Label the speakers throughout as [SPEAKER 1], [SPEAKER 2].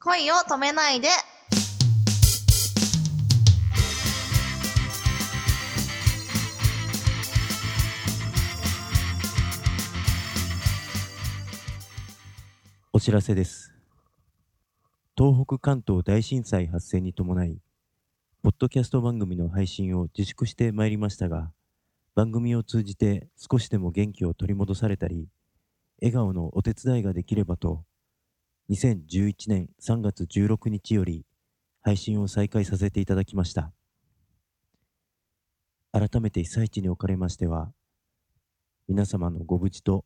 [SPEAKER 1] 恋を止めないで。
[SPEAKER 2] お知らせです。東北関東大震災発生に伴い、ポッドキャスト番組の配信を自粛してまいりましたが、番組を通じて少しでも元気を取り戻されたり、笑顔のお手伝いができればと、2011年3月16日より配信を再開させていただきました。改めて被災地におかれましては、皆様のご無事と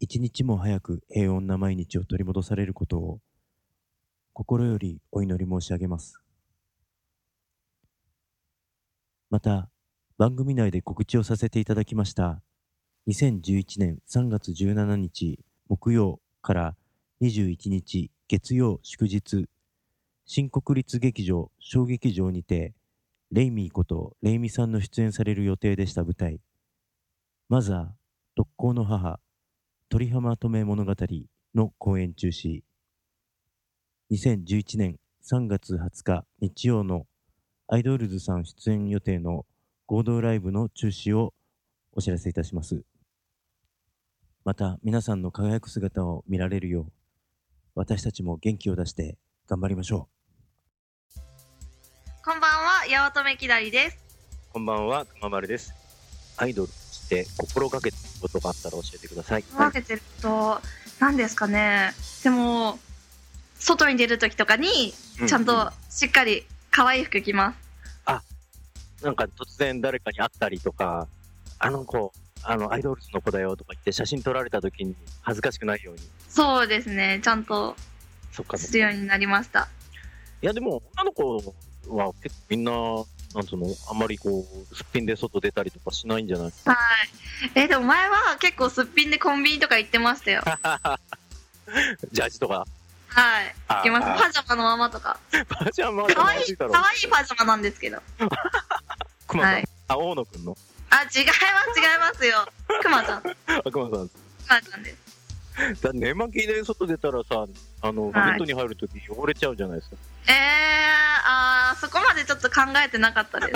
[SPEAKER 2] 一日も早く平穏な毎日を取り戻されることを心よりお祈り申し上げます。また、番組内で告知をさせていただきました2011年3月17日木曜から21日月曜祝日新国立劇場小劇場にてレイミーことレイミさんの出演される予定でした舞台マザー特攻の母鳥浜乙女物語の公演中止2011年3月20日日曜のアイドルズさん出演予定の合同ライブの中止をお知らせいたしますまた皆さんの輝く姿を見られるよう私たちも元気を出して頑張りましょ
[SPEAKER 1] こんばんは、八乙女きだりです。
[SPEAKER 2] うこんばんはくままるですアイドルとして心がけてることがあったら教えてください
[SPEAKER 1] 分けてると何ですかねでも外に出る時とかにちゃんとしっかり可愛い服着ます、
[SPEAKER 2] なんか突然誰かに会ったりとか、あの子、あのアイドルズの子だよとか言って写真撮られた時に恥ずかしくないように。
[SPEAKER 1] そうですねちゃんと
[SPEAKER 2] そっかそ
[SPEAKER 1] す
[SPEAKER 2] っか。
[SPEAKER 1] る
[SPEAKER 2] い
[SPEAKER 1] ようになりました
[SPEAKER 2] やでも女の子は結構みんな、なんつうの、あんまりこう、すっぴんで外出たりとかしないん じゃない
[SPEAKER 1] えでも前は結構すっぴんでコンビニとか行ってましたよ
[SPEAKER 2] ジャージとか。
[SPEAKER 1] はい
[SPEAKER 2] あ
[SPEAKER 1] 行きますパジャマのままとか
[SPEAKER 2] ーパジャマと
[SPEAKER 1] 可
[SPEAKER 2] か
[SPEAKER 1] 愛い
[SPEAKER 2] だ
[SPEAKER 1] 可
[SPEAKER 2] ろ。
[SPEAKER 1] 愛いパジャマなんですけど
[SPEAKER 2] くまさん。
[SPEAKER 1] はい
[SPEAKER 2] あ、大野くんの。
[SPEAKER 1] あ違います違いますよくまちゃんく
[SPEAKER 2] あ、くまさん。
[SPEAKER 1] まちゃんです
[SPEAKER 2] だ寝巻きで外出たらさ、あの、
[SPEAKER 1] はい
[SPEAKER 2] ベッドに入るとき汚れちゃうじゃないですか。
[SPEAKER 1] えー、あーそこまでちょっと考えてなかったで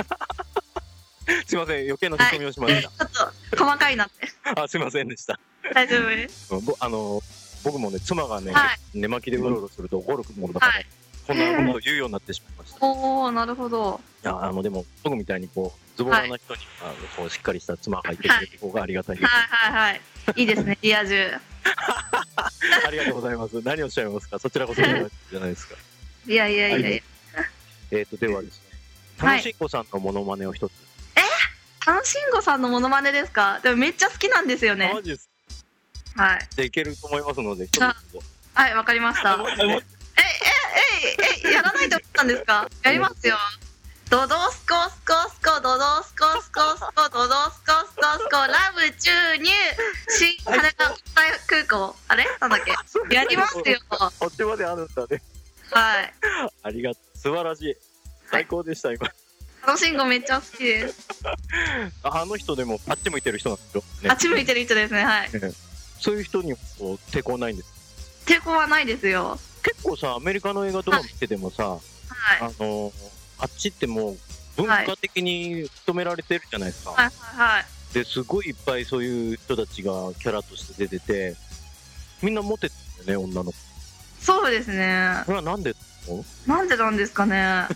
[SPEAKER 1] すち
[SPEAKER 2] すいません、余計な説明をしました。
[SPEAKER 1] ょっと細かいなって
[SPEAKER 2] あ、すいませんでした。
[SPEAKER 1] 大丈夫です
[SPEAKER 2] うんぼあの僕もね妻がね、
[SPEAKER 1] はい
[SPEAKER 2] 寝巻きでうろうろすると怒るものだから、
[SPEAKER 1] はい。
[SPEAKER 2] こんなことを言うようになってしまいました、い
[SPEAKER 1] おお、なるほど。
[SPEAKER 2] やあのでも僕みたいにこうズボラな人に、あのこうしっかりした妻がいてくれる方がありがたいです、
[SPEAKER 1] はいはいはい。いいですね、リア充。
[SPEAKER 2] ありがとうございます何をおっしゃいますかそちらこそじゃないですか
[SPEAKER 1] いやいやいやいや。
[SPEAKER 2] えっとではですね
[SPEAKER 1] はい
[SPEAKER 2] 楽しい子さんのモノマネを一つ、
[SPEAKER 1] タンシンゴさんのモノマネですかでもめっちゃ好きなんですよね
[SPEAKER 2] マ。ジ
[SPEAKER 1] はい。
[SPEAKER 2] でいけると思いますので一つ
[SPEAKER 1] あはい、わかりました。
[SPEAKER 2] マジ
[SPEAKER 1] え、
[SPEAKER 2] で
[SPEAKER 1] え、え、え、やらないと思ったんですかやりますよ。ドドスコスコスコドドスコスコスコドドスコスコスコラブ注入新羽田国際空港あれなんだっけやりますよは
[SPEAKER 2] こっちまであるんだね
[SPEAKER 1] い
[SPEAKER 2] ありがとう素晴らしい最高でした今
[SPEAKER 1] タンシンゴめっちゃ好きです
[SPEAKER 2] あの人でもあっち向いてる人なんですよ、ね
[SPEAKER 1] あっち向いてる人ですねはい
[SPEAKER 2] そういう人にもこう抵抗ないんです
[SPEAKER 1] 抵抗はないですよ
[SPEAKER 2] 結構さアメリカの映画とか見ててもさ、
[SPEAKER 1] はい
[SPEAKER 2] あのあっちってもう文化的に認められてるじゃないですか、
[SPEAKER 1] はいはいはい
[SPEAKER 2] ですごいいっぱいそういう人たちがキャラとして出ててみんなモテてるよね女の子
[SPEAKER 1] そうですね
[SPEAKER 2] これはなんで
[SPEAKER 1] なんでなんですか ね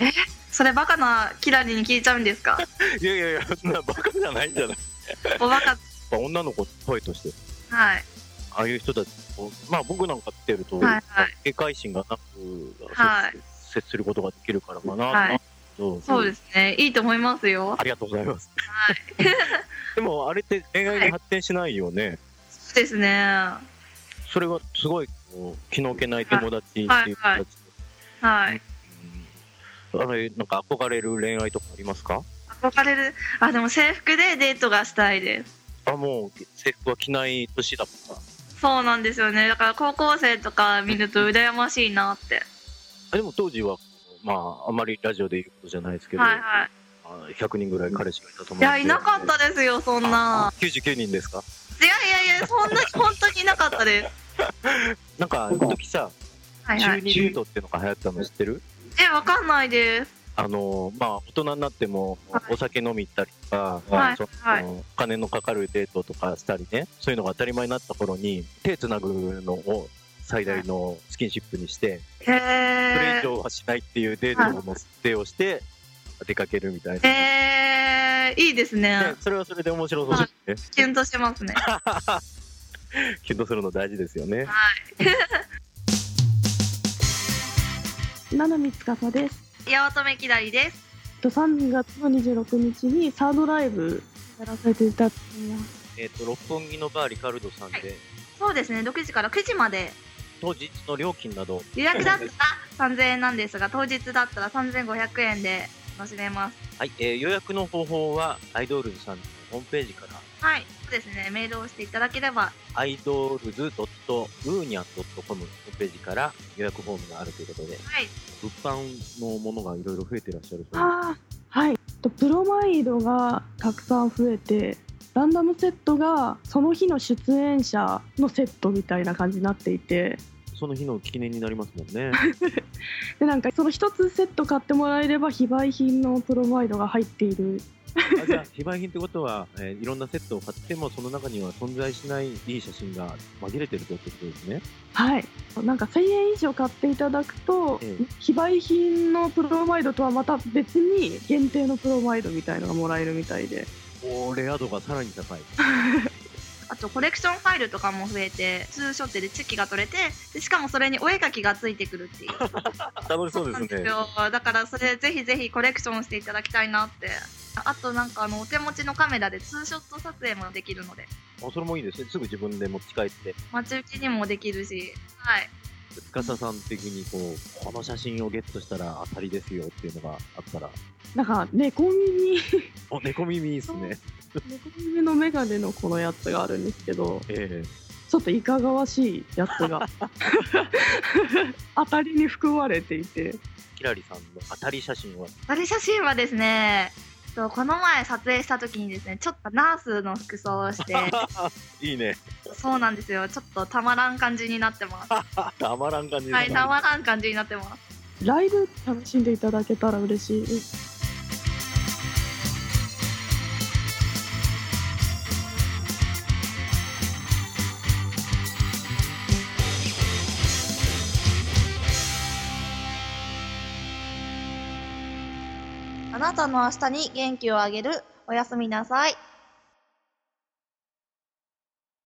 [SPEAKER 1] えそれバカなキラリに聞いちゃうんですか
[SPEAKER 2] いやいやいやそんなバカじゃないんじゃないやっ
[SPEAKER 1] おバカ
[SPEAKER 2] ぱ女の子の声として
[SPEAKER 1] はい
[SPEAKER 2] ああいう人たちをまあ僕なんか見てると、
[SPEAKER 1] はいはい
[SPEAKER 2] 警戒心がなく接,、
[SPEAKER 1] はい
[SPEAKER 2] 接することができるからかな、
[SPEAKER 1] はい
[SPEAKER 2] そう
[SPEAKER 1] そうですねいいと思いますよ
[SPEAKER 2] ありがとうございます、 でもあれって恋愛に発展しないよね、
[SPEAKER 1] そうですね
[SPEAKER 2] それはすごいこう気の置けない友達っていう
[SPEAKER 1] はい
[SPEAKER 2] 形で、
[SPEAKER 1] はいはい
[SPEAKER 2] うんあれなんか憧れる恋愛とかありますか
[SPEAKER 1] 憧れるあでも制服でデートがしたいです
[SPEAKER 2] あもう制服は着ない年だから
[SPEAKER 1] そうなんですよねだから高校生とか見ると羨ましいなって
[SPEAKER 2] あでも当時はこうまああまりラジオで言うことじゃないですけど、
[SPEAKER 1] はいはい
[SPEAKER 2] あ100人ぐらい彼氏がいたと思うん
[SPEAKER 1] い
[SPEAKER 2] で
[SPEAKER 1] やいなかったですよそんな
[SPEAKER 2] 99人ですか
[SPEAKER 1] いやいやいやそんなに本当にいなかったです
[SPEAKER 2] なんか一時さ
[SPEAKER 1] はいは
[SPEAKER 2] 中
[SPEAKER 1] い。
[SPEAKER 2] 二ビートっていうのが流行ったの知ってる
[SPEAKER 1] え、わかんないです。
[SPEAKER 2] あのまあ大人になっても
[SPEAKER 1] はい
[SPEAKER 2] お酒飲み行ったりとか、
[SPEAKER 1] はい
[SPEAKER 2] その
[SPEAKER 1] はい
[SPEAKER 2] お金のかかるデートとかしたりねそういうのが当たり前になった頃に手つなぐのを最大のスキンシップにして、
[SPEAKER 1] へ
[SPEAKER 2] それ以
[SPEAKER 1] え。
[SPEAKER 2] 上はしないっていうデートの設定をして出かけるみたいな、
[SPEAKER 1] えー、いいですね
[SPEAKER 2] ね。それはそれで面白そうですね、
[SPEAKER 1] キュンとします ね。
[SPEAKER 2] キュンとするの大事ですよね
[SPEAKER 1] 八
[SPEAKER 3] 七海司です。
[SPEAKER 1] 乙女きだりです。
[SPEAKER 3] えっと3月の26日にサードライブやらせていただきます。
[SPEAKER 2] えっ、と六本木のバーリカルドさんで、
[SPEAKER 1] そうですね、6時から9時まで。
[SPEAKER 2] 当日の料金など
[SPEAKER 1] 予約だったら3000円なんですが、当日だったら3500円で楽しめます。
[SPEAKER 2] はい、えー予約の方法はアイドルズさんのホームページから
[SPEAKER 1] はい、そうですね、メールをしていただければ。
[SPEAKER 2] アイドルズ .union.com ホームページから予約フォームがあるということで、
[SPEAKER 1] はい、
[SPEAKER 2] 物販のものがいろいろ増えてらっしゃるそうで
[SPEAKER 3] ああ、はい。えっとブロマイドがたくさん増えて、ランダムセットがその日の出演者のセットみたいな感じになっていて、
[SPEAKER 2] す。その日の記念になりますもん ね。
[SPEAKER 3] でなんかその一つセット買ってもらえれば非売品のブロマイドが入っている。
[SPEAKER 2] あじゃあ、非売品ってことは、えーいろんなセットを買っても、その中には存在しないいい写真が紛れてるということですね。
[SPEAKER 3] はい。なんか1000円以上買っていただくと、
[SPEAKER 2] ええ
[SPEAKER 3] 非売品のプロマイドとはまた別に限定のプロマイドみたいのがもらえるみたいで。
[SPEAKER 2] おーレア度がさらに高い。
[SPEAKER 1] あとコレクションファイルとかも増えて、通所定でチェキが取れてで、しかもそれにお絵描きがついてくるっていう。
[SPEAKER 2] 楽しそう
[SPEAKER 1] なん
[SPEAKER 2] で
[SPEAKER 1] ですす
[SPEAKER 2] ね。
[SPEAKER 1] よ。だからそれぜひぜひコレクションしていただきたいなって。あとなんかあのお手持ちのカメラでツーショット撮影もできるので、
[SPEAKER 2] あそれもいいですね。すぐ自分で持ち帰って、
[SPEAKER 1] 待ち受けにもできるし、はい。
[SPEAKER 2] 司さん的にこう、この写真をゲットしたら当たりですよっていうのがあったら、
[SPEAKER 3] なんかね、コンビニに
[SPEAKER 2] お、猫耳いいっすね。
[SPEAKER 3] 猫耳のメガネのこのやつがあるんですけど、
[SPEAKER 2] ええ
[SPEAKER 3] ちょっといかがわしいやつが当たりに含まれていて、
[SPEAKER 2] キラリさんの当たり写真は、
[SPEAKER 1] 誰写真はですね、そうこの前撮影した時にですね、ちょっとナースの服装を して、
[SPEAKER 2] いいね。
[SPEAKER 1] そうなんですよ。ちょっとたまらん感じになってます。は
[SPEAKER 2] たまらん感じですね
[SPEAKER 1] い、たまらん感じになってます。
[SPEAKER 3] ライブ楽しんでいただけたら嬉しいです。
[SPEAKER 1] あなたの明日に元気をあげる。おやすみなさい。